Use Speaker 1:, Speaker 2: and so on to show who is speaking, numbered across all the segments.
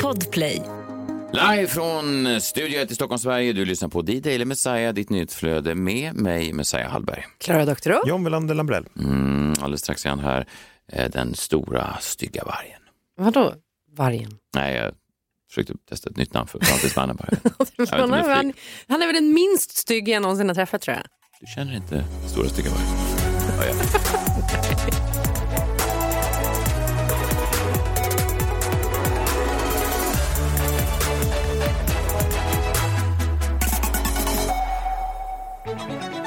Speaker 1: Podplay.
Speaker 2: Live från Studio 1 i Stockholm, Sverige. Du lyssnar på D-Daily Messiah, ditt nyhetsflöde med mig, Messiah Hallberg.
Speaker 1: Klara Doktorow.
Speaker 3: John Welander Lambrell.
Speaker 2: Mm, alldeles strax är han här, eh, den stora stygga vargen.
Speaker 1: Vadå vargen?
Speaker 2: Nej, jag försökte testa ett nytt namn för framtidsmannen bara. Jag vet
Speaker 1: Han
Speaker 2: inte om det
Speaker 1: är,
Speaker 2: är
Speaker 1: han,
Speaker 2: flyg.
Speaker 1: han är väl den minst stygga jag någonsin har träffat tror jag.
Speaker 2: Du känner inte stora stygga vargen?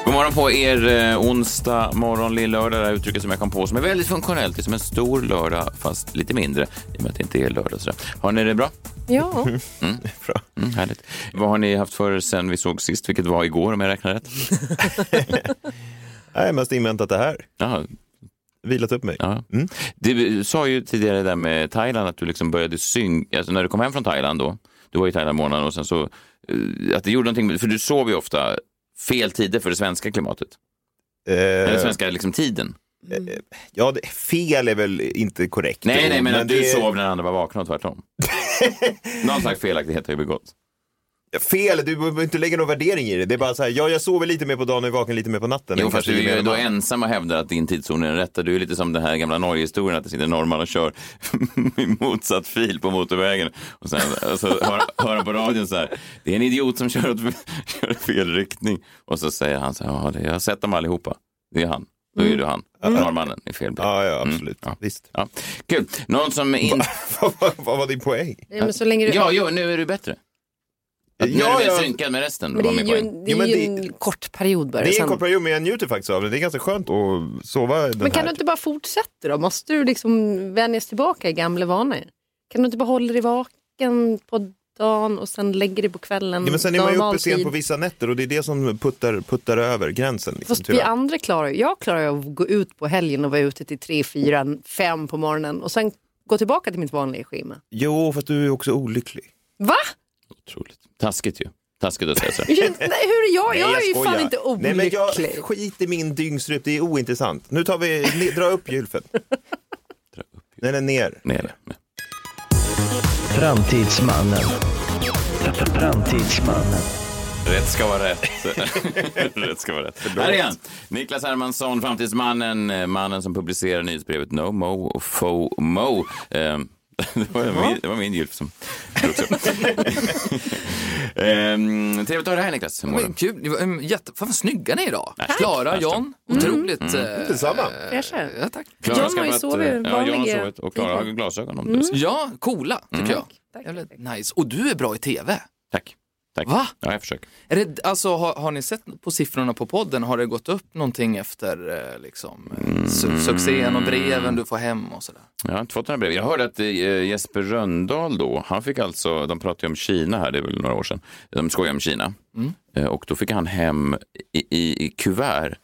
Speaker 2: God morgon på er eh, onsdag morgon, lill-lördag, det här uttrycket som jag kom på som är väldigt funktionellt. Det är som en stor lördag fast lite mindre i och med att det inte är lördag. och sådär. Har ni det bra?
Speaker 1: Ja.
Speaker 3: Bra.
Speaker 2: Mm, härligt. Vad har ni haft för er sen vi såg sist, vilket var igår om jag räknar rätt?
Speaker 3: Jag har mest inväntat det här.
Speaker 2: Ja,
Speaker 3: Vilat upp mig.
Speaker 2: ja.
Speaker 3: Mm.
Speaker 2: Du sa ju tidigare där med Thailand att du liksom började synka, alltså när du kom hem från Thailand då, du var i Thailand månaden och sen så, eh, att det gjorde någonting, för du sov ju ofta fel tider för det svenska klimatet, eller
Speaker 3: Eh,
Speaker 2: svenska liksom tiden.
Speaker 3: ja, det, fel är väl inte korrekt.
Speaker 2: Nej, nej,
Speaker 3: ord,
Speaker 2: men, att du
Speaker 3: det-
Speaker 2: sov när andra var vakna och tvärtom. Någon slags felaktighet har ju begåtts.
Speaker 3: Fel, du behöver inte lägga någon värdering i det. Det är bara så här, ja, jag sover lite mer på dagen och är vaken lite mer på natten.
Speaker 2: Jo,
Speaker 3: Än
Speaker 2: fast
Speaker 3: kanske
Speaker 2: du är ju
Speaker 3: gemene
Speaker 2: då
Speaker 3: man.
Speaker 2: ensam och hävdar att din tidszon är den rätta. Du är lite som den här gamla Norge-historien att det sitter norrman och kör i motsatt fil på motorvägen. Och sen alltså, hör, hör han på radion så här, det är en idiot som kör åt kör i fel riktning. Och så säger han så här, "Ja, det- jag har sett dem allihopa. Det är han. Då
Speaker 1: Mm.
Speaker 2: är du han. Norrmannen i fel bil.
Speaker 3: Ja, ja, absolut.
Speaker 2: Mm, ja.
Speaker 3: Visst.
Speaker 2: Ja. Kul. Någon som inte...
Speaker 3: vad, vad, vad var din poäng?
Speaker 1: Nej, men så länge du...
Speaker 2: Ja, jo, nu är du bättre. Att nu är
Speaker 3: Ja,
Speaker 2: du väl
Speaker 3: ja.
Speaker 2: synkad med resten.
Speaker 1: men det
Speaker 2: var
Speaker 1: är
Speaker 2: min
Speaker 1: ju
Speaker 2: poäng.
Speaker 1: en, det
Speaker 3: Jo,
Speaker 1: är
Speaker 3: men
Speaker 1: ju
Speaker 3: det-
Speaker 1: en kort period bara.
Speaker 3: Det är en
Speaker 1: sen.
Speaker 3: kort period, men jag njuter faktiskt av det. Det är ganska skönt att sova den
Speaker 1: Men kan
Speaker 3: här.
Speaker 1: du inte bara fortsätta då? Måste du liksom vänjas tillbaka i gamla vanor? Kan du inte bara hålla dig vaken på dagen och sen lägger dig på kvällen?
Speaker 3: Ja, men sen är man ju
Speaker 1: normal
Speaker 3: uppe sent
Speaker 1: tid?
Speaker 3: på vissa nätter och det är det som puttar, puttar över gränsen. Liksom,
Speaker 1: Fast vi
Speaker 3: tyvärr.
Speaker 1: andra klarar ju, jag klarar ju att gå ut på helgen och vara ute till tre, fyra, fem på morgonen och sen gå tillbaka till mitt vanliga schema.
Speaker 3: Jo, fast du är också olycklig.
Speaker 1: Va?
Speaker 2: Otroligt. Taskigt ju. Taskigt att säga så.
Speaker 1: Hur, nej, hur är jag? jag är ju fan
Speaker 3: skojar.
Speaker 1: inte
Speaker 3: Nej,
Speaker 1: olycklig.
Speaker 3: men jag, skit i min dygnsrytm, det är ointressant. Nu tar vi, ne- dra upp gylfen.
Speaker 2: Dra upp
Speaker 3: Nej, nej, ner.
Speaker 2: Nere.
Speaker 4: Framtidsmannen. Framtidsmannen.
Speaker 2: Rätt ska vara rätt. rätt ska vara rätt. Här är han. Niklas Hermansson, framtidsmannen, eh, mannen som publicerar nyhetsbrevet No Mo och FOMO. Eh, Det var min, det var min gylf som drogs upp. Ehm, Trevligt att ha dig här Niklas. God
Speaker 5: Men
Speaker 2: morgon.
Speaker 5: kul, Det var, um, jätte, fan vad snygga ni är idag. Klara, John, otroligt. eh,
Speaker 3: Detsamma.
Speaker 1: Fräscha.
Speaker 5: Ja, tack.
Speaker 2: Klara
Speaker 1: John har
Speaker 2: skaffat,
Speaker 1: ju
Speaker 2: eh,
Speaker 1: sovit, Mm.
Speaker 2: Ja, John
Speaker 1: vanlig,
Speaker 2: har
Speaker 1: eh,
Speaker 2: sovit och Klara har
Speaker 1: tid.
Speaker 2: glasögon om du
Speaker 5: Ja, coola tycker jag.
Speaker 1: Tack,
Speaker 5: Jävligt
Speaker 1: tack.
Speaker 5: nice. Och du är bra i tv.
Speaker 2: Tack. Tack.
Speaker 5: Va?
Speaker 2: Ja, jag försöker.
Speaker 5: Är det, alltså, har, har ni sett på siffrorna på podden? Har det gått upp någonting efter eh, liksom, eh, su- succén och breven du får hem och sådär?
Speaker 2: Jag har inte fått några brev. Jag hörde att eh, Jesper Röndahl då, han fick alltså, de pratade ju om Kina här, det är väl några år sedan, de skojade om Kina.
Speaker 3: Mm.
Speaker 2: Eh, Och då fick han hem i, i, i kuvert,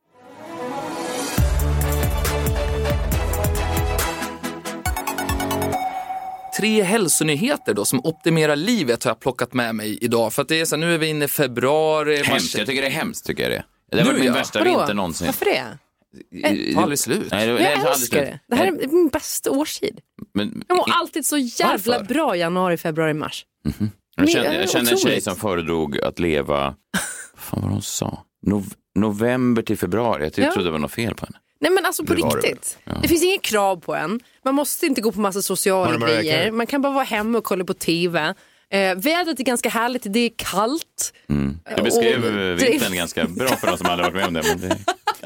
Speaker 5: tre hälsonyheter då som optimerar livet har jag plockat med mig idag. För att det är så här, nu är vi inne i februari.
Speaker 2: Hemskt, jag tycker det är hemskt. Tycker jag det. det har
Speaker 5: Nu,
Speaker 2: varit min
Speaker 5: ja.
Speaker 2: värsta
Speaker 1: Vadå?
Speaker 2: vinter någonsin.
Speaker 1: Varför det?
Speaker 5: Det tar aldrig slut.
Speaker 2: Nej, det var- det
Speaker 1: Jag
Speaker 2: tar aldrig
Speaker 1: älskar
Speaker 2: slut.
Speaker 1: det. Det här är min bästa årstid.
Speaker 2: Men,
Speaker 1: Jag mår alltid så jävla
Speaker 5: Varför?
Speaker 1: bra januari, februari, mars.
Speaker 2: jag
Speaker 1: Nej,
Speaker 2: kände,
Speaker 1: det är
Speaker 2: jag kände en tjej
Speaker 1: otroligt.
Speaker 2: som föredrog att leva, fan vad hon sa, Nov- november till februari. Jag typ
Speaker 1: Ja.
Speaker 2: trodde det var något fel på henne.
Speaker 1: Nej men alltså på
Speaker 2: Det var det
Speaker 1: riktigt. Det, finns inget krav på en. Man måste inte gå på massa
Speaker 3: Var
Speaker 1: sociala
Speaker 3: det Mariah
Speaker 1: grejer.
Speaker 3: Carey?
Speaker 1: Man kan bara vara hemma och kolla på TV. Eh, vädret är ganska härligt, det är kallt.
Speaker 2: Du beskrev
Speaker 1: Och-
Speaker 2: eh, vintern ganska bra för de som aldrig varit med om det. Men det...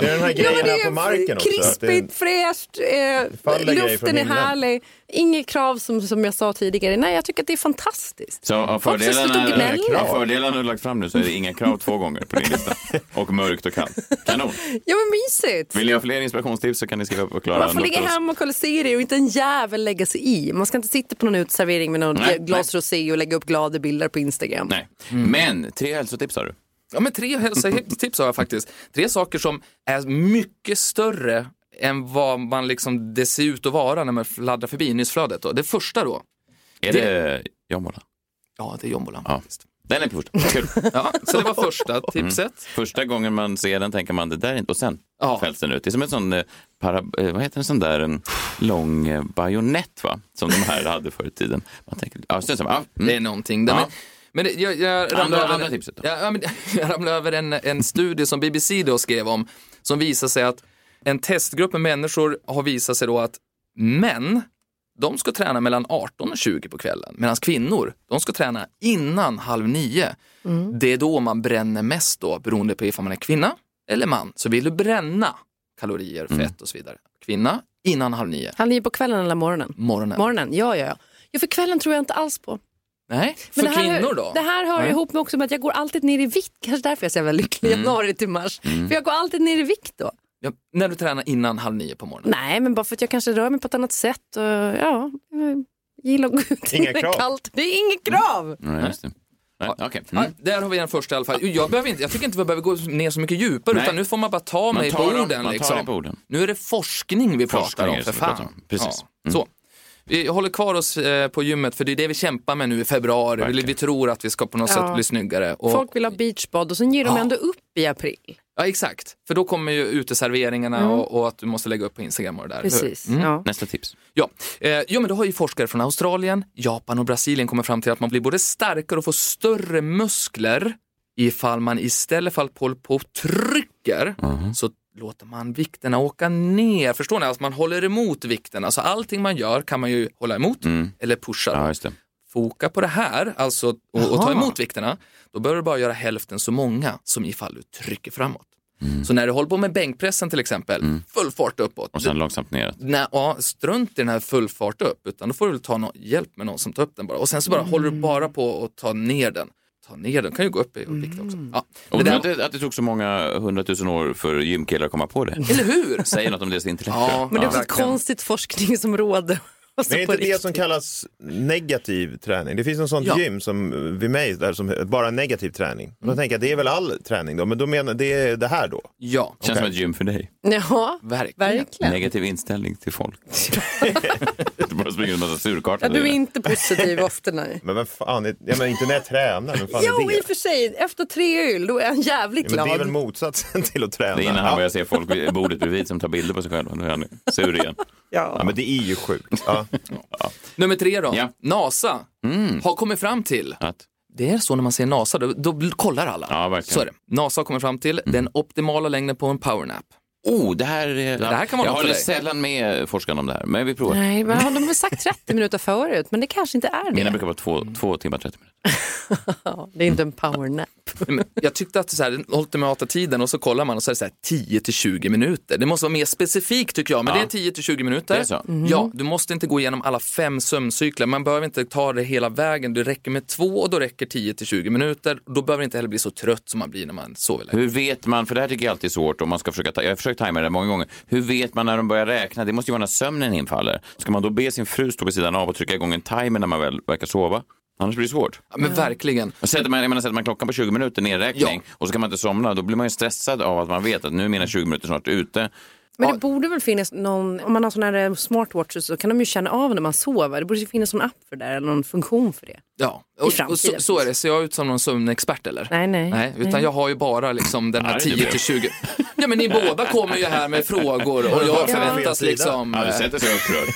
Speaker 3: Det är den här grejen här på marken också. att det-
Speaker 1: krispigt, fräscht, eh,
Speaker 3: faller grejer
Speaker 1: luften
Speaker 3: från
Speaker 1: är
Speaker 3: himlen.
Speaker 1: härlig. Inget krav som, som jag sa tidigare. Nej, jag tycker att det är fantastiskt.
Speaker 2: Så av
Speaker 1: Folk som
Speaker 2: fördelarna,
Speaker 1: stod och gnällde.
Speaker 2: av fördelarna du lagt fram nu så är det inga krav två gånger på din lista. Och mörkt och kallt. Kanon.
Speaker 1: Ja, men mysigt.
Speaker 2: Vill ni ha fler inspirationstips så kan ni skriva på Klara.
Speaker 1: Man får ligga
Speaker 2: Notros.
Speaker 1: hemma och kolla serier och inte en jävel lägga sig i. Man ska inte sitta på någon uteservering med någon
Speaker 2: Nej,
Speaker 1: glas rosé och lägga upp glada bilder på Instagram.
Speaker 2: Nej.
Speaker 1: Mm.
Speaker 2: Men tre hälsotips har du.
Speaker 5: Ja, men tre hälsotips har jag faktiskt. Tre saker som är mycket större än vad man liksom, det ser ut att vara när man fladdrar förbi nyhetsflödet. Då. Det första då,
Speaker 2: Är det,
Speaker 5: Det-
Speaker 2: det... Jombola?
Speaker 5: ja det är jombolan
Speaker 2: Ja.
Speaker 5: faktiskt.
Speaker 2: Den är på första. Kul.
Speaker 5: Ja, så det var första tipset.
Speaker 2: Första gången man ser den tänker man det där är inte... Och sen
Speaker 5: Ja.
Speaker 2: fälls den ut. Det är som en sån, eh, para, eh, vad heter en sån där en lång eh, bajonett va? Som de här hade förr i tiden. Man tänker, ja, sen så, ja, mm.
Speaker 5: Det är någonting. Där.
Speaker 2: Ja.
Speaker 5: Men, men det- jag, jag ramlade
Speaker 2: Andra-
Speaker 5: över,
Speaker 2: andra tipset då?
Speaker 5: Ja, ja, men, jag ramlade över en, en studie som BBC då skrev om som visar sig att en testgrupp med människor har visat sig då att män, de ska träna mellan 18 och 20 på kvällen medan kvinnor, de ska träna innan halv nio.
Speaker 2: Mm.
Speaker 5: Det är då man bränner mest då beroende på ifall man är kvinna eller man. Så vill du bränna kalorier,
Speaker 2: Mm.
Speaker 5: fett och så vidare. Kvinna innan halv nio,
Speaker 1: Han ligger på kvällen eller morgonen?
Speaker 5: morgonen.
Speaker 1: Morgonen, ja, ja, ja. ja för kvällen tror jag inte alls på.
Speaker 5: Nej, för
Speaker 1: Men det här,
Speaker 5: kvinnor då?
Speaker 1: Det här hör
Speaker 5: Nej. Mm.
Speaker 1: ihop med också med att jag går alltid ner i vikt. Kanske därför jag ser väldigt lycklig januari till mars. För jag går alltid ner i vikt då.
Speaker 5: Ja, när du tränar innan halv nio på morgonen.
Speaker 1: Nej, men bara för att jag kanske rör mig på ett annat sätt. Och, ja, jag gillar att gå ut
Speaker 3: Inga
Speaker 1: när det är
Speaker 3: krav.
Speaker 1: kallt. Det är inget krav.
Speaker 5: Mm.
Speaker 2: Ja, just det. Nej, Okej. Mm.
Speaker 5: Ja, där har vi den första i alla fall. Jag, behöver inte, jag tycker inte vi behöver gå ner så mycket djupare
Speaker 2: Nej.
Speaker 5: utan nu får man bara ta
Speaker 2: Man
Speaker 5: mig
Speaker 2: tar
Speaker 5: på
Speaker 2: dem-
Speaker 5: orden.
Speaker 2: man tar
Speaker 5: liksom.
Speaker 2: dig på orden.
Speaker 5: Nu är det forskning vi
Speaker 2: Forskning
Speaker 5: pratar
Speaker 2: är
Speaker 5: om
Speaker 2: det
Speaker 5: för
Speaker 2: som vi pratar
Speaker 5: fan.
Speaker 2: om. Precis. Mm.
Speaker 5: Ja. Så. Vi håller kvar oss eh, på gymmet för det är det vi kämpar med nu i februari. Vi,
Speaker 2: Verkligen.
Speaker 5: vi tror att vi ska på något
Speaker 1: Ja.
Speaker 5: sätt bli snyggare. Och,
Speaker 1: Folk vill ha beachbad och sen ger de
Speaker 5: Ja.
Speaker 1: ändå upp i april.
Speaker 5: Ja exakt, för då kommer ju uteserveringarna och, och att du måste lägga upp på Instagram och det där. eller hur?
Speaker 1: Mm.
Speaker 5: Mm.
Speaker 1: Precis. Ja.
Speaker 2: Nästa tips.
Speaker 5: Ja, eh, ja men då har ju forskare från Australien, Japan och Brasilien kommit fram till att man blir både starkare och får större muskler ifall man istället för att hålla på och trycker
Speaker 2: Mhm.
Speaker 5: så låter man vikterna åka ner. Förstår ni? Alltså man håller emot vikterna. Så allting man gör kan man ju hålla emot eller pusha.
Speaker 2: Mm. Ja, just det.
Speaker 5: Foka på det här, alltså och, och ta emot vikterna. Då behöver du bara göra hälften så många som ifall du trycker framåt. Så när du håller på med bänkpressen till exempel, full fart uppåt.
Speaker 2: Mm. Och sen långsamt neråt.
Speaker 5: Nej, ja, strunt i den här full fart upp, utan då får du väl ta nå- hjälp med någon som tar upp den bara. Och sen så bara håller du bara på att ta ner den. Ta ner den, kan ju gå upp i vikt också. Ja.
Speaker 2: Och
Speaker 5: Det
Speaker 2: att,
Speaker 5: där,
Speaker 2: det, att det tog så många hundratusen år för gymkillar att komma på det.
Speaker 5: eller hur?
Speaker 2: Säger något om deras intellekt.
Speaker 5: Ja,
Speaker 1: Men det är också ett
Speaker 5: verkligen.
Speaker 1: konstigt forskningsområde. Alltså
Speaker 3: Men är
Speaker 1: på
Speaker 3: inte det
Speaker 1: riktigt.
Speaker 3: som kallas negativ träning? Det finns en sån
Speaker 5: Ja.
Speaker 3: gym som eh, vid mig, där som bara negativ träning. Och
Speaker 1: Mm.
Speaker 3: Då tänker jag, det är väl all träning då, men då menar det är det här då?
Speaker 5: Ja,
Speaker 2: Känns som ett gym för dig.
Speaker 1: Ja,
Speaker 5: verkligen.
Speaker 1: verkligen.
Speaker 2: Negativ inställning till folk. Det är bara springer runt med massa surkartor.
Speaker 1: Ja, du är inte positiv ofta, nej.
Speaker 3: Men vem fan, är, ja, men inte när jag tränar, vem fan är
Speaker 1: Jo,
Speaker 3: det?
Speaker 1: i och för sig. Efter tre öl, då är han jävligt
Speaker 3: Ja, men det är väl
Speaker 1: glad.
Speaker 3: motsatsen till att träna.
Speaker 2: Det är innan han
Speaker 3: Ja.
Speaker 2: börjar se folk vid bordet bredvid som tar bilder på sig själva. Nu är han sur igen.
Speaker 3: Ja, men det är ju sjukt. Ja.
Speaker 5: Nummer tre då.
Speaker 2: Ja. Mm.
Speaker 5: NASA har kommit fram till
Speaker 2: Att,
Speaker 5: Det är så när man ser NASA, då, då bl- kollar alla.
Speaker 2: Ja, verkligen. Mm.
Speaker 5: Så är det. NASA kommer fram till den optimala längden på en powernap.
Speaker 2: oh, det här, är-
Speaker 5: Det här kan vara
Speaker 2: Jag
Speaker 5: något för
Speaker 2: håller
Speaker 5: dig.
Speaker 2: sällan med forskarna om det här, men vi provar.
Speaker 1: Nej, men har de har sagt 30 minuter förut, men det kanske inte är
Speaker 2: Mina
Speaker 1: det.
Speaker 2: brukar vara två, två timmar 30 minuter.
Speaker 1: Ja, det är inte en powernap.
Speaker 5: Men Jag tyckte att så här, den ultimata tiden och så kollar man och så är det så här 10 till 20 minuter. Det måste vara mer specifikt tycker jag, men
Speaker 2: Ja.
Speaker 5: det är 10 till 20 minuter. Mm.
Speaker 2: Det är så?
Speaker 5: Ja, du måste inte gå igenom alla fem sömncykler. Man behöver inte ta det hela vägen. Det räcker med två och då räcker 10 till 20 minuter. Då behöver det inte heller bli så trött som man blir när man sover länge.
Speaker 2: Hur vet man, för det här tycker jag alltid är svårt, om man ska försöka ta, jag har försökt tajma det här många gånger, hur vet man när de börjar räkna? Det måste ju vara när sömnen infaller. Ska man då be sin fru stå på sidan av och trycka igång en timer när man väl verkar sova? Annars blir det svårt.
Speaker 5: Ja, Men verkligen.
Speaker 2: Och sätter, man, jag menar, sätter man klockan på 20 minuter nedräkning och så kan man inte somna, då blir man ju stressad av att man vet att nu är mina 20 minuter snart ute.
Speaker 1: Men
Speaker 5: Ja.
Speaker 1: det borde väl finnas någon, om man har sådana här eh, smartwatches så kan de ju känna av när man sover. Det borde ju finnas någon app för det där, eller någon funktion för det.
Speaker 5: Ja, och, och så,
Speaker 1: framtiden.
Speaker 5: så är det. Ser jag ut som någon sömnexpert eller?
Speaker 1: Nej, nej.
Speaker 5: Nej, utan jag har ju bara liksom den här
Speaker 2: Nej, det är
Speaker 5: 10 till 20. Ja, men ni båda kommer ju här med frågor och jag förväntas
Speaker 3: fel sida.
Speaker 5: liksom...
Speaker 2: Ja, du
Speaker 5: eh,
Speaker 2: sätter sig upprörd.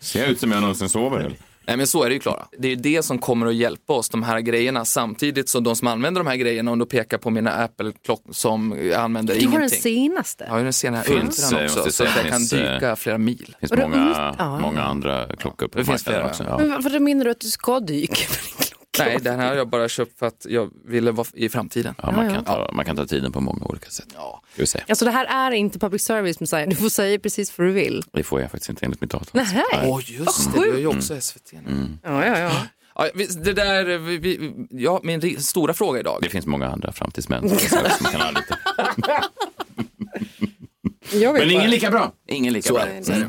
Speaker 2: Ser jag ut som jag någonsin sover? eller?
Speaker 5: Nej, men så är det ju Klara. Det är ju det som kommer att hjälpa oss, de här grejerna, samtidigt som de som använder de här grejerna, om du pekar på mina Apple-klockor som jag använder
Speaker 1: Du har den
Speaker 5: ingenting.
Speaker 1: senaste.
Speaker 5: Jag har ju den senare
Speaker 2: Finns,
Speaker 5: Ultran
Speaker 2: eh,
Speaker 5: också,
Speaker 2: måste
Speaker 5: så att jag kan
Speaker 2: sägas, eh,
Speaker 5: dyka flera mil.
Speaker 2: Det
Speaker 1: Och
Speaker 2: finns
Speaker 1: det
Speaker 2: många,
Speaker 1: ut- ja.
Speaker 2: många andra klockor på
Speaker 5: Det finns
Speaker 2: marknaden
Speaker 5: flera,
Speaker 2: också.
Speaker 5: ja.
Speaker 2: Ja.
Speaker 1: Men varför menar du att du ska dyka med din klocka?
Speaker 5: Nej, den här har jag bara köpt för att jag ville vara i framtiden.
Speaker 2: Ja, man, kan ta, man kan ta tiden på många olika sätt.
Speaker 5: Ja.
Speaker 2: Ska vi se.
Speaker 1: Alltså det här är inte public service Messiah, du får säga precis vad du vill.
Speaker 2: Det får jag faktiskt inte enligt mitt datum.
Speaker 1: Nej.
Speaker 5: Åh, just det, du är ju också SVT nu.
Speaker 2: Mm.
Speaker 1: Ja, ja, ja.
Speaker 5: Ja, vi- det där, eh, vi, vi, ja, min ri- stora fråga idag.
Speaker 2: Det finns många andra framtidsmän som man kan anlita.
Speaker 1: Jag vet
Speaker 2: Men ingen
Speaker 1: bara.
Speaker 2: lika bra. Ingen lika bra.
Speaker 5: Så är det.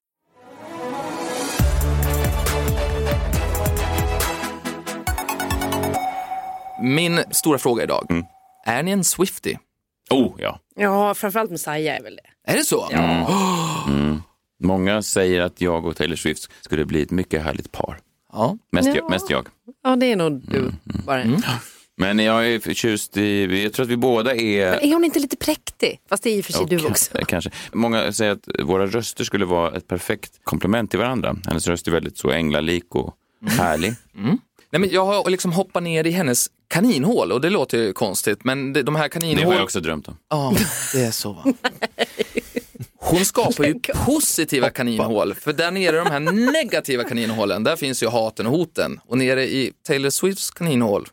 Speaker 5: Min stora fråga idag.
Speaker 2: Mm.
Speaker 5: Är ni en Swiftie?
Speaker 2: Oh, ja.
Speaker 1: Ja, framförallt Messiah är väl det.
Speaker 5: Är det så?
Speaker 2: Många säger att jag och Taylor Swift skulle bli ett mycket härligt par.
Speaker 5: Ja.
Speaker 2: Mest,
Speaker 1: Ja.
Speaker 2: jag, mest jag.
Speaker 1: Ja, det är nog
Speaker 3: Mm,
Speaker 1: du bara.
Speaker 2: Men jag är förtjust i, jag tror att vi båda är...
Speaker 1: Eh, Är hon inte lite präktig? Fast det är i och för sig du
Speaker 2: Okej,
Speaker 1: också.
Speaker 2: Kanske. Många säger att våra röster skulle vara ett perfekt komplement till varandra. Hennes röst är väldigt så änglalik och
Speaker 5: Mm.
Speaker 2: härlig.
Speaker 5: Nej, men jag har liksom hoppat ner i hennes kaninhål och det låter ju konstigt men det, de här
Speaker 2: Det har
Speaker 5: kaninhålen...
Speaker 2: jag också drömt om.
Speaker 5: Ja, det är så va? Hon skapar ju positiva kaninhål för där nere i de här negativa kaninhålen där finns ju haten och hoten och nere i Taylor Swifts kaninhål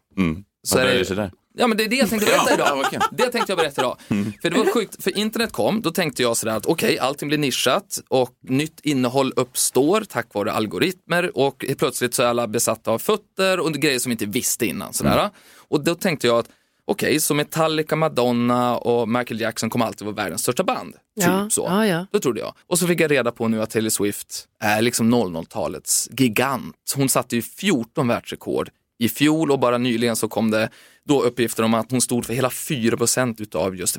Speaker 5: så
Speaker 2: Vad
Speaker 5: är
Speaker 2: dröjer
Speaker 5: det
Speaker 2: sig Mm. där?
Speaker 5: Ja men det är det jag tänkte berätta
Speaker 2: Ja,
Speaker 5: idag.
Speaker 2: ja, Mm. vad kul.
Speaker 5: Det tänkte jag berätta idag. För det var sjukt, för internet kom, då tänkte jag sådär att okej, allting blir nischat och nytt innehåll uppstår tack vare algoritmer och plötsligt så är alla besatta av fötter och grejer som vi inte visste innan. Sådär.
Speaker 2: Mm.
Speaker 5: Och då tänkte jag att okej, så Metallica, Madonna och Michael Jackson kommer alltid vara världens största band.
Speaker 1: Ja,
Speaker 5: Typ så.
Speaker 1: ja, ja.
Speaker 5: Då trodde jag. Och så fick jag reda på nu att Taylor Swift är liksom 00-talets gigant. Hon satte ju 14 världsrekord i fjol och bara nyligen så kom det då uppgifter om att hon stod för hela 4 utav just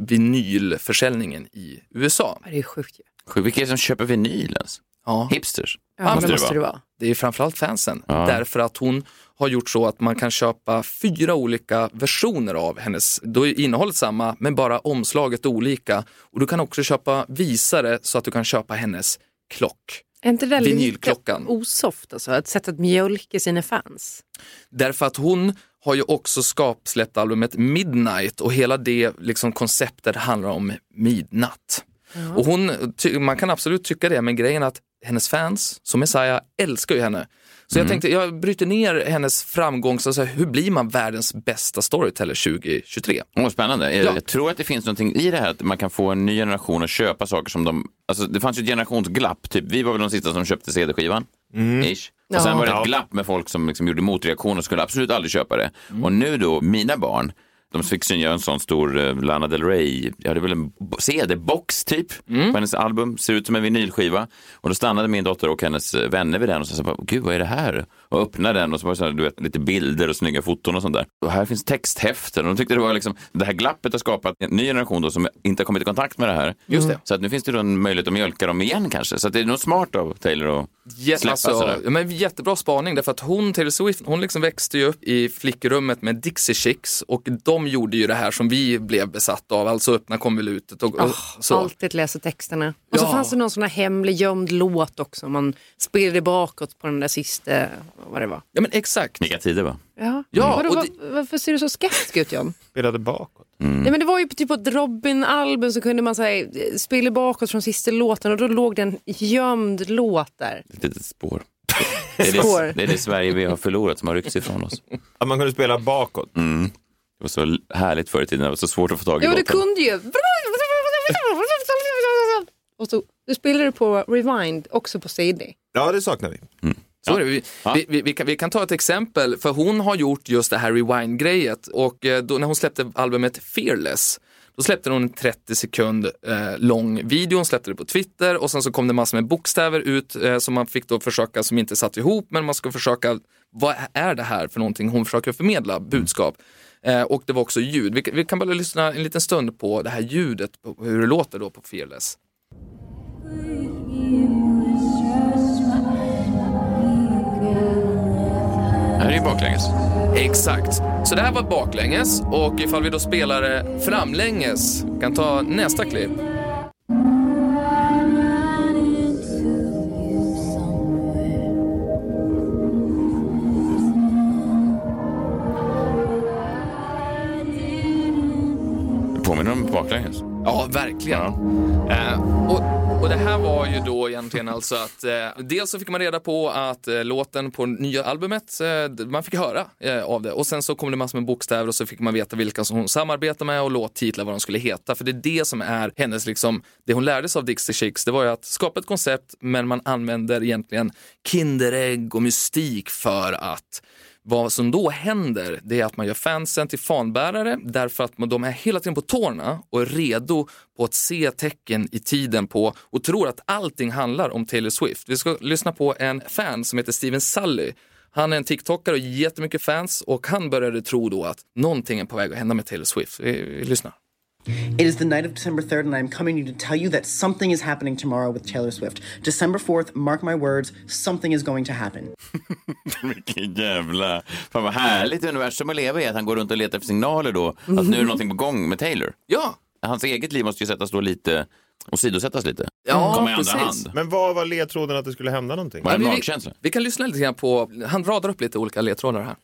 Speaker 5: vinylförsäljningen i USA.
Speaker 1: Det är sjukt ju.
Speaker 2: Sjukt, Vilka är det som köper vinyl ens?
Speaker 5: Ja,
Speaker 2: Hipsters?
Speaker 1: Ja,
Speaker 5: måste
Speaker 1: det
Speaker 5: det
Speaker 1: måste det vara.
Speaker 5: det är framförallt fansen.
Speaker 2: Ja.
Speaker 5: Därför att hon har gjort så att man kan köpa fyra olika versioner av hennes, då är innehållet samma men bara omslaget olika. Och du kan också köpa visare så att du kan köpa hennes klock.
Speaker 1: Är inte det lite
Speaker 5: Vinylklockan.
Speaker 1: osoft alltså? Ett sätt att mjölka sina fans.
Speaker 5: Därför att hon har ju också skap- släppt albumet Midnight och hela det liksom, konceptet handlar om midnatt.
Speaker 2: Mm.
Speaker 5: Och hon, ty, man kan absolut tycka det, men grejen är att hennes fans, som Messiah, älskar ju henne. Så
Speaker 2: Mm.
Speaker 5: jag tänkte, jag bryter ner hennes framgång, så att säga, hur blir man världens bästa storyteller 2023?
Speaker 2: Åh, spännande. Jag,
Speaker 5: Ja.
Speaker 2: jag tror att det finns någonting i det här att man kan få en ny generation att köpa saker som de... Alltså, det fanns ju ett generationsglapp. Typ, vi var väl de sista som köpte CD-skivan. Ish. Och sen
Speaker 1: Ja.
Speaker 2: var det ett glapp med folk som liksom gjorde motreaktioner och skulle absolut aldrig köpa det. Och nu då, mina barn, de fick synliggöra en sån stor eh, Lana Del Rey, ja det är väl en bo- CD-box typ, på hennes album, ser ut som en vinylskiva. Och då stannade min dotter och hennes eh, vänner vid den och så sa, bara, gud vad är det här? Och öppnade den och så var det så här, du vet, lite bilder och snygga foton och sånt där. Och här finns texthäften och de tyckte det var liksom, det här glappet har skapat en ny generation då som inte har kommit i kontakt med det här. Just det. Så att nu finns det då en möjlighet att mjölka dem igen kanske. Så att det är nog smart av Taylor att
Speaker 5: Jätte,
Speaker 2: släppa
Speaker 5: alltså,
Speaker 2: sådär.
Speaker 5: ja, men jättebra spaning, därför att hon, Taylor Swift, hon liksom växte ju upp i flickrummet med Dixie Chicks och de gjorde ju det här som vi blev besatta av, alltså öppna konvolutet och, och så.
Speaker 1: Alltid läsa texterna. Och så
Speaker 5: Ja.
Speaker 1: fanns det någon sån här hemlig gömd låt också. Man spelade bakåt på den där sista, vad det var.
Speaker 5: Ja men exakt.
Speaker 2: Vilka tider va?
Speaker 1: Ja.
Speaker 5: Ja,
Speaker 1: Vadå,
Speaker 5: och
Speaker 1: var, varför ser du så skeptisk ut John?
Speaker 3: Spelade bakåt.
Speaker 5: Mm.
Speaker 1: Nej, men det var ju typ på ett Robin-album så kunde man så här, eh, spela bakåt från sista låten och då låg det en gömd låt där.
Speaker 2: Ett litet spår. Det är det,
Speaker 1: Spår.
Speaker 2: det är det Sverige vi har förlorat som har ryckts ifrån oss. Det
Speaker 3: Att man kunde spela bakåt.
Speaker 2: var så härligt förr i tiden, det var så svårt att få tag i
Speaker 1: Jo, du
Speaker 2: låten.
Speaker 1: kunde ju. Och så du spelade du på Rewind, också på CD.
Speaker 3: Ja, det saknar vi.
Speaker 5: Så är det. Vi,
Speaker 2: Ja.
Speaker 5: vi, vi, vi, kan, vi kan ta ett exempel, för hon har gjort just det här rewind-grejet och eh, då, när hon släppte albumet Fearless då släppte hon en 30 sekund eh, lång video, hon släppte det på Twitter och sen så kom det massor med bokstäver ut eh, som man fick då försöka, som inte satt ihop, men man ska försöka, vad är det här för någonting hon försöker förmedla, budskap. Eh, och det var också ljud, vi, kan- vi kan bara lyssna en liten stund på det här ljudet, på hur det låter då på Fearless.
Speaker 2: Det här är ju baklänges.
Speaker 5: Exakt. Så det här var baklänges och ifall vi då spelar det framlänges, kan ta nästa klipp.
Speaker 2: Det påminner om baklänges.
Speaker 5: Ja, verkligen. Eh, och, och det här var ju då egentligen alltså att eh, dels så fick man reda på att eh, låten på nya albumet, eh, man fick höra eh, av det och sen så kom det massor med bokstäver och så fick man veta vilka som hon samarbetar med och låttitlar vad de skulle heta. För det är det som är hennes, liksom, det hon lärde sig av Dixie Chicks, det var ju att skapa ett koncept men man använder egentligen Kinderägg och mystik för att vad som då händer det är att man gör fansen till fanbärare därför att man- de är hela tiden på tårna och är redo på att se tecken i tiden på och tror att allting handlar om Taylor Swift. Vi ska lyssna på en fan som heter Steven Sully. Han är en TikTokare och jättemycket fans och han började tro då att någonting är på väg att hända med Taylor Swift. Vi, vi lyssnar.
Speaker 6: It is the night of December 3rd, and I'm coming to you to tell you that something is happening tomorrow with Taylor Swift. December 4th, mark my words, something is going to happen.
Speaker 2: Vilken jävla... Fan vad härligt universum att leva i, att han går runt och letar efter signaler då. Att nu är det någonting på gång med Taylor.
Speaker 5: Ja,
Speaker 2: Hans eget liv måste ju sättas då lite, och sidosättas lite.
Speaker 5: ja
Speaker 2: Komma i andra
Speaker 5: precis.
Speaker 2: hand.
Speaker 3: Men vad var ledtråden att det skulle hända någonting?
Speaker 2: Var det en
Speaker 5: vi-
Speaker 2: magkänsla?
Speaker 5: Vi kan lyssna lite grann på, han radar upp lite olika ledtrådar här.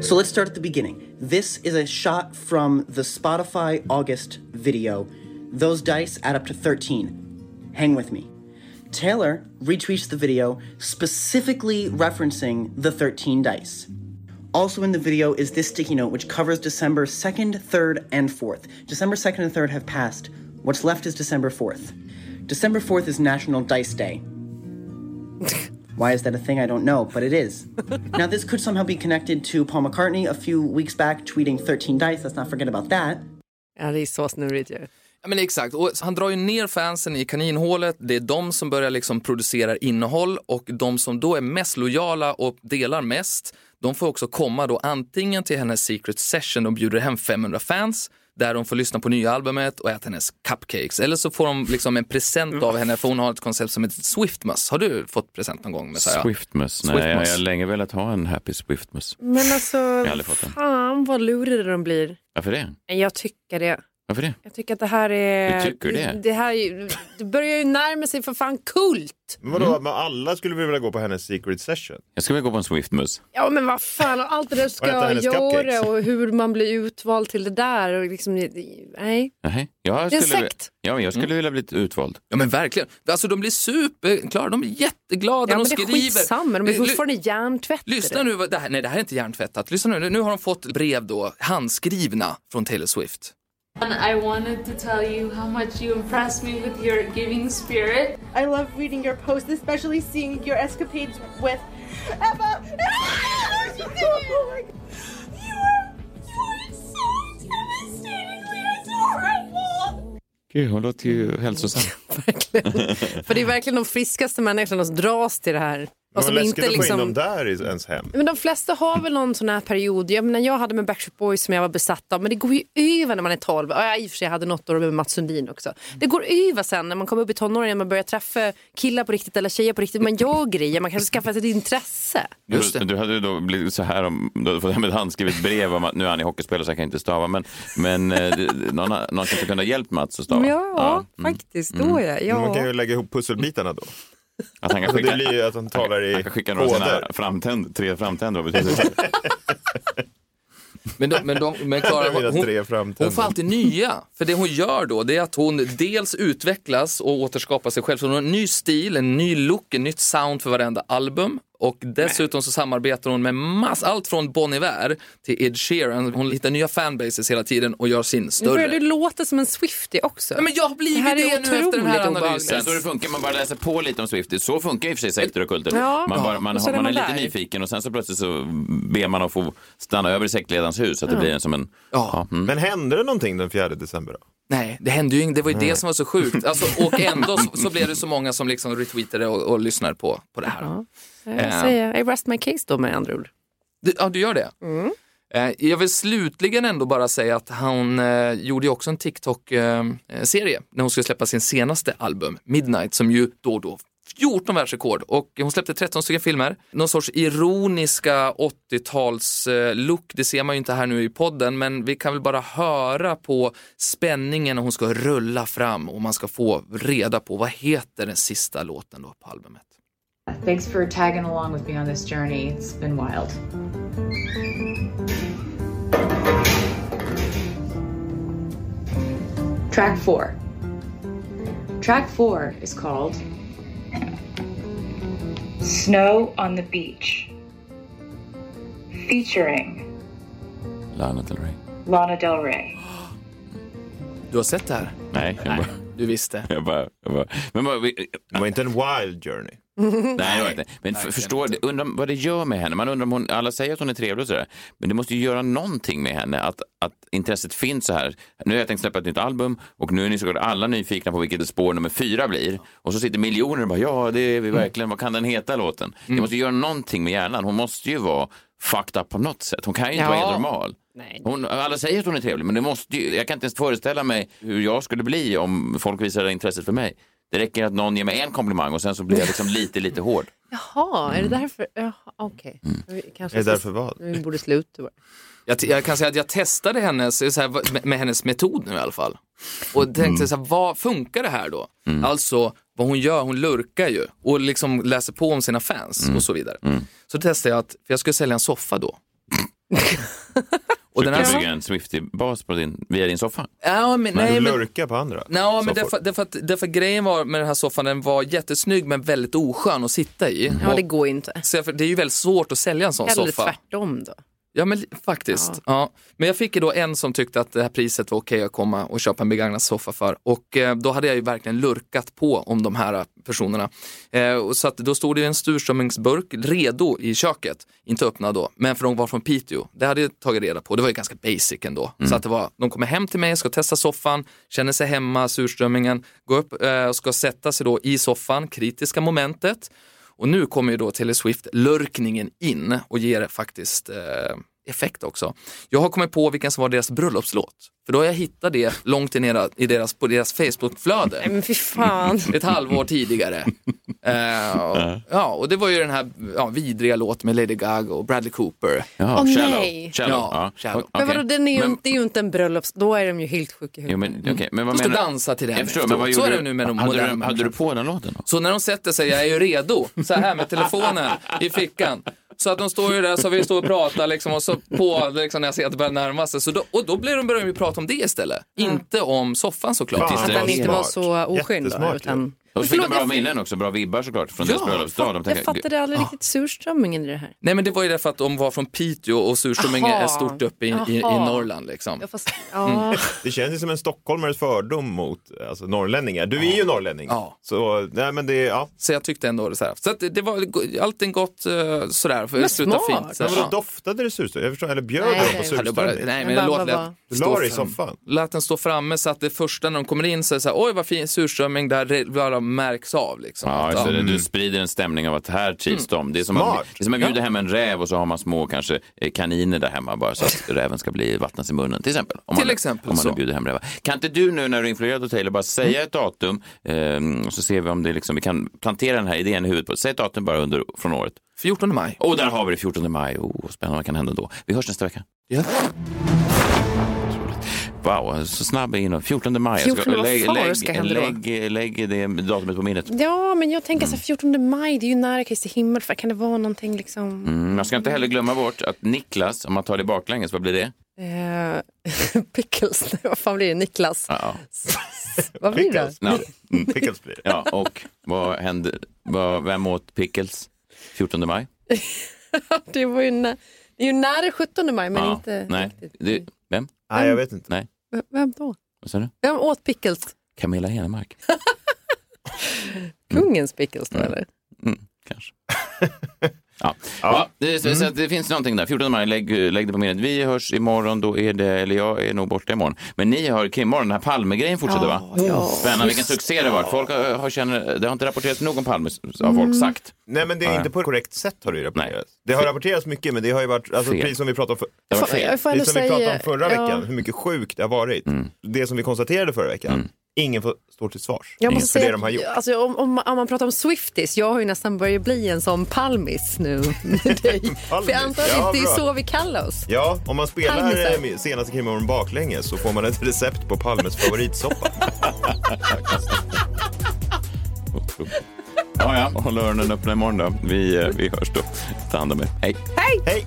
Speaker 6: So let's start at the beginning. This is a shot from the Spotify August video. Those dice add up to 13. Hang with me. Taylor retweets the video specifically referencing the 13 dice. Also in the video is this sticky note which covers December 2nd, 3rd, and 4th. December 2nd and 3rd have passed. What's left is December 4th. December 4th is National Dice Day. Why is that a thing? I don't know, but it is. now, this could somehow be connected to Paul McCartney a few weeks back tweeting 13 dice. Let's not forget about that.
Speaker 1: Ja, det är så snurrigt ju.
Speaker 5: Ja, men exakt, och han drar ju ner fansen i kaninhålet. Det är de som börjar liksom producera innehåll och de som då är mest lojala och delar mest, de får också komma då antingen till hennes secret session, de bjuder hem 500 fans, där de får lyssna på nya albumet och äta hennes cupcakes. Eller så får de liksom en present av henne, för hon har ett koncept som heter Swiftmus. Har du fått present någon gång? Med,
Speaker 2: Swiftmus? Nej,
Speaker 5: Swiftmus.
Speaker 2: jag har länge velat ha en happy Swiftmus.
Speaker 1: Men alltså,
Speaker 2: aldrig fått den.
Speaker 1: fan vad luriga de blir.
Speaker 2: Varför det?
Speaker 1: Nej, Jag tycker det.
Speaker 2: Varför det?
Speaker 1: Jag tycker att det här är...
Speaker 2: Du tycker det?
Speaker 1: Det här är ju- det börjar ju närma sig för fan kult.
Speaker 3: Men vadå, men alla skulle vi vilja gå på hennes secret session?
Speaker 2: Jag skulle vilja gå på en Swiftmus.
Speaker 1: Ja men vad fan, och allt det där ska
Speaker 3: Vad heter hennes
Speaker 1: göra
Speaker 3: cupcakes?
Speaker 1: och hur man blir utvald till det där och liksom, nej.
Speaker 2: Nej, jag
Speaker 1: Det är en
Speaker 2: skulle,
Speaker 1: sekt. Mm.
Speaker 2: ja, men jag skulle vilja bli utvald.
Speaker 5: Ja men verkligen. Alltså de blir superklara, de blir jätteglada,
Speaker 1: Ja,
Speaker 5: de
Speaker 1: men det är
Speaker 5: skriver.
Speaker 1: skitsamma, de är
Speaker 5: Eh,
Speaker 1: fortfarande
Speaker 5: ly-
Speaker 1: hjärntvättade.
Speaker 5: Lyssna nu, vad- det här, nej det här är inte hjärntvättat. Lyssna nu, nu, nu har de fått brev då, handskrivna från Taylor Swift.
Speaker 7: And I wanted to tell you how much you impressed me with your giving spirit.
Speaker 8: I love reading your posts, especially seeing your escapades with Emma. you are, Oh you are so devastatingly adorable.
Speaker 2: Gud, hon låter ju
Speaker 1: Mm.
Speaker 2: hälsosam.
Speaker 1: För det är verkligen de friskaste människorna som dras till det här.
Speaker 3: Men
Speaker 1: Och
Speaker 5: Alltså,
Speaker 3: vad
Speaker 1: som
Speaker 3: läskigt
Speaker 1: inte
Speaker 3: att få in dem
Speaker 1: liksom...
Speaker 3: där i ens hem.
Speaker 5: Mm,
Speaker 1: Men de flesta har väl någon sån här period. Jag, menar, jag hade med Backstreet Boys som jag var besatt av, men det går ju över när man är 12. Ja, jag i och för sig hade något år med Mats Sundin också. Det går över sen när man kommer upp i tonåren och man börjar träffa killar på riktigt eller tjejer på riktigt. Man gör grejer, man kanske skaffar sig ett intresse.
Speaker 2: Just Du hade ju då blivit så här om, du hade fått hem ett handskrivet brev om att nu är han i hockeyspelare så jag kan inte stava, men, men eh, det- någon, har- någon kanske kunde ha hjälpt Mats att stava.
Speaker 1: faktiskt.
Speaker 2: då Mm. ja, ja.
Speaker 3: Men Man kan ju lägga ihop pusselbitarna då.
Speaker 2: Att han kan
Speaker 3: Så det
Speaker 2: skicka,
Speaker 3: blir ju att han talar i
Speaker 2: han kan skicka några av sina
Speaker 3: koder.
Speaker 2: framtänd, tre framtänder, vad betyder det?
Speaker 5: Men, de, men, de, men Klara,
Speaker 3: Mina
Speaker 5: hon,
Speaker 3: tre framtänder.
Speaker 5: hon får alltid nya. För det hon gör då, det är att hon dels utvecklas och återskapar sig själv. Så hon har en ny stil, en ny look, ett nytt sound för varenda album. Och dessutom så samarbetar hon med mass, allt från Bon Iver till Ed Sheeran. Hon hittar nya fanbases hela tiden och gör sin
Speaker 1: Nu börjar
Speaker 5: större.
Speaker 1: du låta som en Swiftie också.
Speaker 5: men jag har blivit
Speaker 1: här
Speaker 5: det
Speaker 1: är
Speaker 5: nu efter den här
Speaker 1: otroligt obehagligt.
Speaker 2: Det är så det funkar, man bara läser på lite om Swiftie. Så funkar i och för sig sekter och kulter.
Speaker 1: Ja.
Speaker 2: Man, bara, man,
Speaker 1: Och så
Speaker 2: har-
Speaker 1: är
Speaker 2: man är
Speaker 1: man
Speaker 2: lite
Speaker 1: där.
Speaker 2: nyfiken och sen så plötsligt så ber man att få stanna över i sektledarens hus, så att det blir en som en... Ja. mm.
Speaker 3: Men hände det någonting den 4 december då?
Speaker 5: Nej, det hände ju inget. Det var ju det som var så sjukt. Alltså, och ändå så, så blev det så många som liksom retweetade och, och lyssnade på, på det här.
Speaker 1: Jag säger, I rest my case då med andra ord.
Speaker 5: Du, ja, du gör det? Eh, Jag vill slutligen ändå bara säga att hon eh, gjorde ju också en TikTok-serie när hon skulle släppa sin senaste album, Midnight, som ju då och då 14 världsrekord och hon släppte 13 stycken filmer. Någon sorts ironiska 80-tals-look, det ser man ju inte här nu i podden, men vi kan väl bara höra på spänningen när hon ska rulla fram och man ska få reda på vad heter den sista låten då på albumet.
Speaker 7: Thanks for tagging along with me on this journey. It's been wild. Track four. Track four is called Snow on the Beach, featuring
Speaker 2: Lana Del Rey.
Speaker 7: Lana Del Rey.
Speaker 5: Du har sett det här?
Speaker 2: Nej, jag bara...
Speaker 5: Du visste.
Speaker 2: Jag bara, jag bara, men bara, vi, eh,
Speaker 3: Det var inte en wild journey.
Speaker 2: nej, det var inte. Men för, förstår, du, undrar vad det gör med henne. Man undrar om hon, alla säger att hon är trevlig och sådär, men det måste ju göra någonting med henne att, att intresset finns så här. Nu har jag tänkt släppa ett nytt album och nu är ni såklart alla nyfikna på vilket spår nummer fyra blir. Och så sitter miljoner och bara, ja, det är vi
Speaker 3: Mm.
Speaker 2: verkligen, vad kan den heta låten? Det måste ju göra någonting med hjärnan. Hon måste ju vara fucked up på något sätt. Hon kan ju inte
Speaker 1: Ja.
Speaker 2: vara helt normal.
Speaker 1: Nej.
Speaker 2: Hon, alla säger att hon är trevlig, men det måste ju, jag kan inte ens föreställa mig hur jag skulle bli om folk visar intresset för mig. Det räcker att någon ger mig en komplimang och sen så blir jag liksom lite, lite hård.
Speaker 1: Jaha, är det därför? Jaha, Okej. Vi Kanske
Speaker 3: Är det därför vad?
Speaker 1: Vi borde sluta bara.
Speaker 5: Jag, t- jag kan säga att jag testade hennes, så här, vad- med, med hennes metod nu i alla fall. Och tänkte
Speaker 1: Mm.
Speaker 5: så här, vad funkar det här då? Alltså, vad hon gör, hon lurkar ju och liksom läser på om sina fans
Speaker 1: Mm.
Speaker 5: och så vidare. Så testade jag att, för jag skulle sälja en soffa då. och
Speaker 2: Och
Speaker 5: den
Speaker 2: den här...
Speaker 5: här,
Speaker 2: bygga en Swiftie-bas på din, via din soffa.
Speaker 5: ja, men,
Speaker 3: Men
Speaker 5: nej,
Speaker 3: hon
Speaker 5: men,
Speaker 3: lurkar på andra.
Speaker 5: nej, men
Speaker 3: soffor.
Speaker 5: därför, därför, att, därför att grejen var med den här soffan, den var jättesnygg men väldigt oskön att sitta i.
Speaker 1: Mm. Ja,
Speaker 5: Och-
Speaker 1: det går ju inte.
Speaker 5: så jag- för det är ju väldigt svårt att sälja en sån
Speaker 1: Eller
Speaker 5: soffa.
Speaker 1: tvärtom då.
Speaker 5: Ja men li- faktiskt. Ja. Men jag fick ju då en som tyckte att det här priset var okej att komma och köpa en begagnad soffa för. Och eh, då hade jag ju verkligen lurkat på om de här eh, personerna. Eh, och så att då stod det ju en surströmmingsburk redo i köket. Inte öppnad då, men för de var från Piteå. Det hade jag tagit reda på. Det var ju ganska basic ändå. Så att det var, de kommer hem till mig, ska testa soffan, känner sig hemma, surströmmingen. Går upp eh, och ska sätta sig då i soffan, kritiska momentet. Och nu kommer ju då Taylor Swift-lurkningen in och ger faktiskt eh, effekt också. Jag har kommit på vilken som var deras bröllopslåt. För då har jag hittat det långt i deras, i deras, på deras Facebookflöde.
Speaker 1: Nej, men fy fan.
Speaker 5: Ett halvår tidigare. Eh, och, ja, och det var ju den här ja, vidriga låten med Lady Gaga och Bradley Cooper.
Speaker 1: Åh, Shallow. nej. Shallow,
Speaker 5: Ja,
Speaker 2: ja.
Speaker 5: Shallow.
Speaker 1: Men vadå, den är ju, det är ju inte en bröllops, då är de ju helt sjuka i
Speaker 2: Jo, men, okej, men vad
Speaker 5: De ska
Speaker 2: menar-
Speaker 5: dansa till den
Speaker 2: Jag förstår, men vad
Speaker 5: efteråt. Så
Speaker 2: gjorde
Speaker 5: är
Speaker 2: du-
Speaker 5: det nu med de
Speaker 2: hade
Speaker 5: moderna
Speaker 2: du, hade du på den låten?
Speaker 5: Så när de sätter sig, jag är ju redo, så här med telefonen i fickan. Så att de står ju där, så vi står och pratar liksom, och så på liksom, när jag ser att det börjar närma sig. Så då, och då blir de, börjar de ju prata om det istället. Inte om soffan såklart.
Speaker 2: Fan, Att den vad inte var smart.
Speaker 1: så oskyldig, Jättesmart, utan-
Speaker 2: Och så fick de bra
Speaker 1: jag fick-
Speaker 2: minnen också, bra vibbar såklart från
Speaker 5: Ja,
Speaker 2: deras bröllopsdag. De
Speaker 1: Jag
Speaker 2: tänker,
Speaker 1: fattade aldrig riktigt surströmmingen i det här.
Speaker 5: Nej men det var ju därför att de var från Piteå och surströmmingen
Speaker 1: Aha.
Speaker 5: är stort uppe i, i, i
Speaker 1: Aha.
Speaker 5: Norrland liksom.
Speaker 1: Jag fast, ja.
Speaker 3: Det känns ju som en stockholmares fördom mot alltså, norrlänningar. Du är ju norrlänning. Så, nej, men det, ja.
Speaker 5: Så jag tyckte ändå det så här. Så att det, det var allting gott eh, sådär. För
Speaker 3: Men
Speaker 5: att sluta
Speaker 3: smart.
Speaker 5: fint. Så
Speaker 3: Men
Speaker 5: här.
Speaker 3: vadå, doftade det surströmming? Jag förstår, eller bjöd
Speaker 5: Nej,
Speaker 3: de på
Speaker 5: nej. Hade bara-
Speaker 3: surströmming?
Speaker 5: nej, men det låter lätt.
Speaker 3: Du
Speaker 5: stå
Speaker 3: la dig i
Speaker 5: fram.
Speaker 3: soffan.
Speaker 5: Lät den stå framme så att det första när de kommer in så är det så här, oj vad fin surströmming, där re- bara märks av liksom.
Speaker 2: Ja,
Speaker 5: Att,
Speaker 2: just det.
Speaker 5: ja,
Speaker 2: Du sprider en stämning av att här trivs
Speaker 5: Mm.
Speaker 2: de. Det är som
Speaker 5: Smart.
Speaker 2: att, det är som att bjuda hem en räv och så har man små kanske eh, kaniner där hemma bara så att räven ska bli vattnas i munnen till exempel. Om
Speaker 5: Till
Speaker 2: man,
Speaker 5: exempel
Speaker 2: om man
Speaker 5: så. Mm.
Speaker 2: nu bjuder hem rävar. Kan inte du nu när du är influerad av Taylor bara säga ett datum eh, så ser vi om det liksom, vi kan plantera den här idén i huvudet på. Säg ett datum bara under, från året.
Speaker 5: 14 maj.
Speaker 2: Och där har vi det, 14 maj. Oh, spännande, vad kan hända då? Vi hörs nästa vecka.
Speaker 5: Ja.
Speaker 2: Wow, så snabb är jag inne. 14 maj. Jag
Speaker 1: 14, vad fan
Speaker 2: lägg,
Speaker 1: ska hända då?
Speaker 2: lägg, lägg, lägg det datumet på minnet.
Speaker 1: ja, men jag tänker så här, 14 maj, det är ju nära Kristi himmelsfärd. Kan det vara någonting liksom?
Speaker 2: Mm, man ska inte heller glömma bort att Niklas, om man tar det baklänges, vad blir det?
Speaker 1: Eh, pickles, vad fan blir det? Niklas?
Speaker 2: Ja.
Speaker 1: Vad blir det?
Speaker 2: Ja. Mm. Pickles blir det. Ja, och vad hände, vad, vem åt pickles 14 maj?
Speaker 1: det, var ju nä- det är ju nära 17 maj, men
Speaker 2: ja.
Speaker 1: inte...
Speaker 2: Nej. Det, vem?
Speaker 3: Nej, jag vet inte.
Speaker 2: Nej,
Speaker 1: V- Vem då?
Speaker 2: vad sa du?
Speaker 1: Vem åt pickles?
Speaker 2: Camilla Henemark.
Speaker 1: Kungens pickles då,
Speaker 2: Mm.
Speaker 1: eller?
Speaker 2: Ja. Ja. det, så, så att det finns någonting där. 14 maj, lägg, lägg det på minnet. Vi hörs imorgon, då är det, eller jag är nog borta imorgon. Men ni hör krimmorgon, den här Palmegrejen fortsätter va?
Speaker 3: ja.
Speaker 2: Spännande, vilken succé det har varit. Folk har, har, känner, det har inte rapporterats nog om Palme, har folk sagt.
Speaker 3: Nej, men det
Speaker 2: Ja,
Speaker 3: är
Speaker 2: ja.
Speaker 3: inte på korrekt sätt har det ju rapporterats.
Speaker 2: Nej.
Speaker 3: Det har rapporterats mycket, men det har ju varit, alltså,
Speaker 2: Fel.
Speaker 3: precis som vi pratade om, för...
Speaker 2: Det har varit Får- fel. jag får ändå
Speaker 3: precis som vi pratade
Speaker 1: säga-
Speaker 3: om förra
Speaker 1: ja.
Speaker 3: veckan, hur mycket sjukt det har varit.
Speaker 2: Mm.
Speaker 3: Det som vi konstaterade förra veckan, ingen får stå till svars
Speaker 1: Jag måste
Speaker 3: för
Speaker 1: säga
Speaker 3: det de har
Speaker 1: att-
Speaker 3: gjort.
Speaker 1: Alltså, om, om, om man pratar om Swifties, jag har ju nästan börjat bli en sån palmis nu. med dig. För jag antar att
Speaker 3: ja,
Speaker 1: det är
Speaker 3: bra.
Speaker 1: så vi kallar oss.
Speaker 3: Ja, om man spelar
Speaker 1: Palmisar.
Speaker 3: eh, senaste krimmorgon baklänges så får man ett recept på Palmes favoritsoppa.
Speaker 2: Ja, ja, håll öronen öppna imorgon då. Vi, eh, vi hörs då. Ta hand om er. Hej!
Speaker 1: Hej!
Speaker 3: Hej!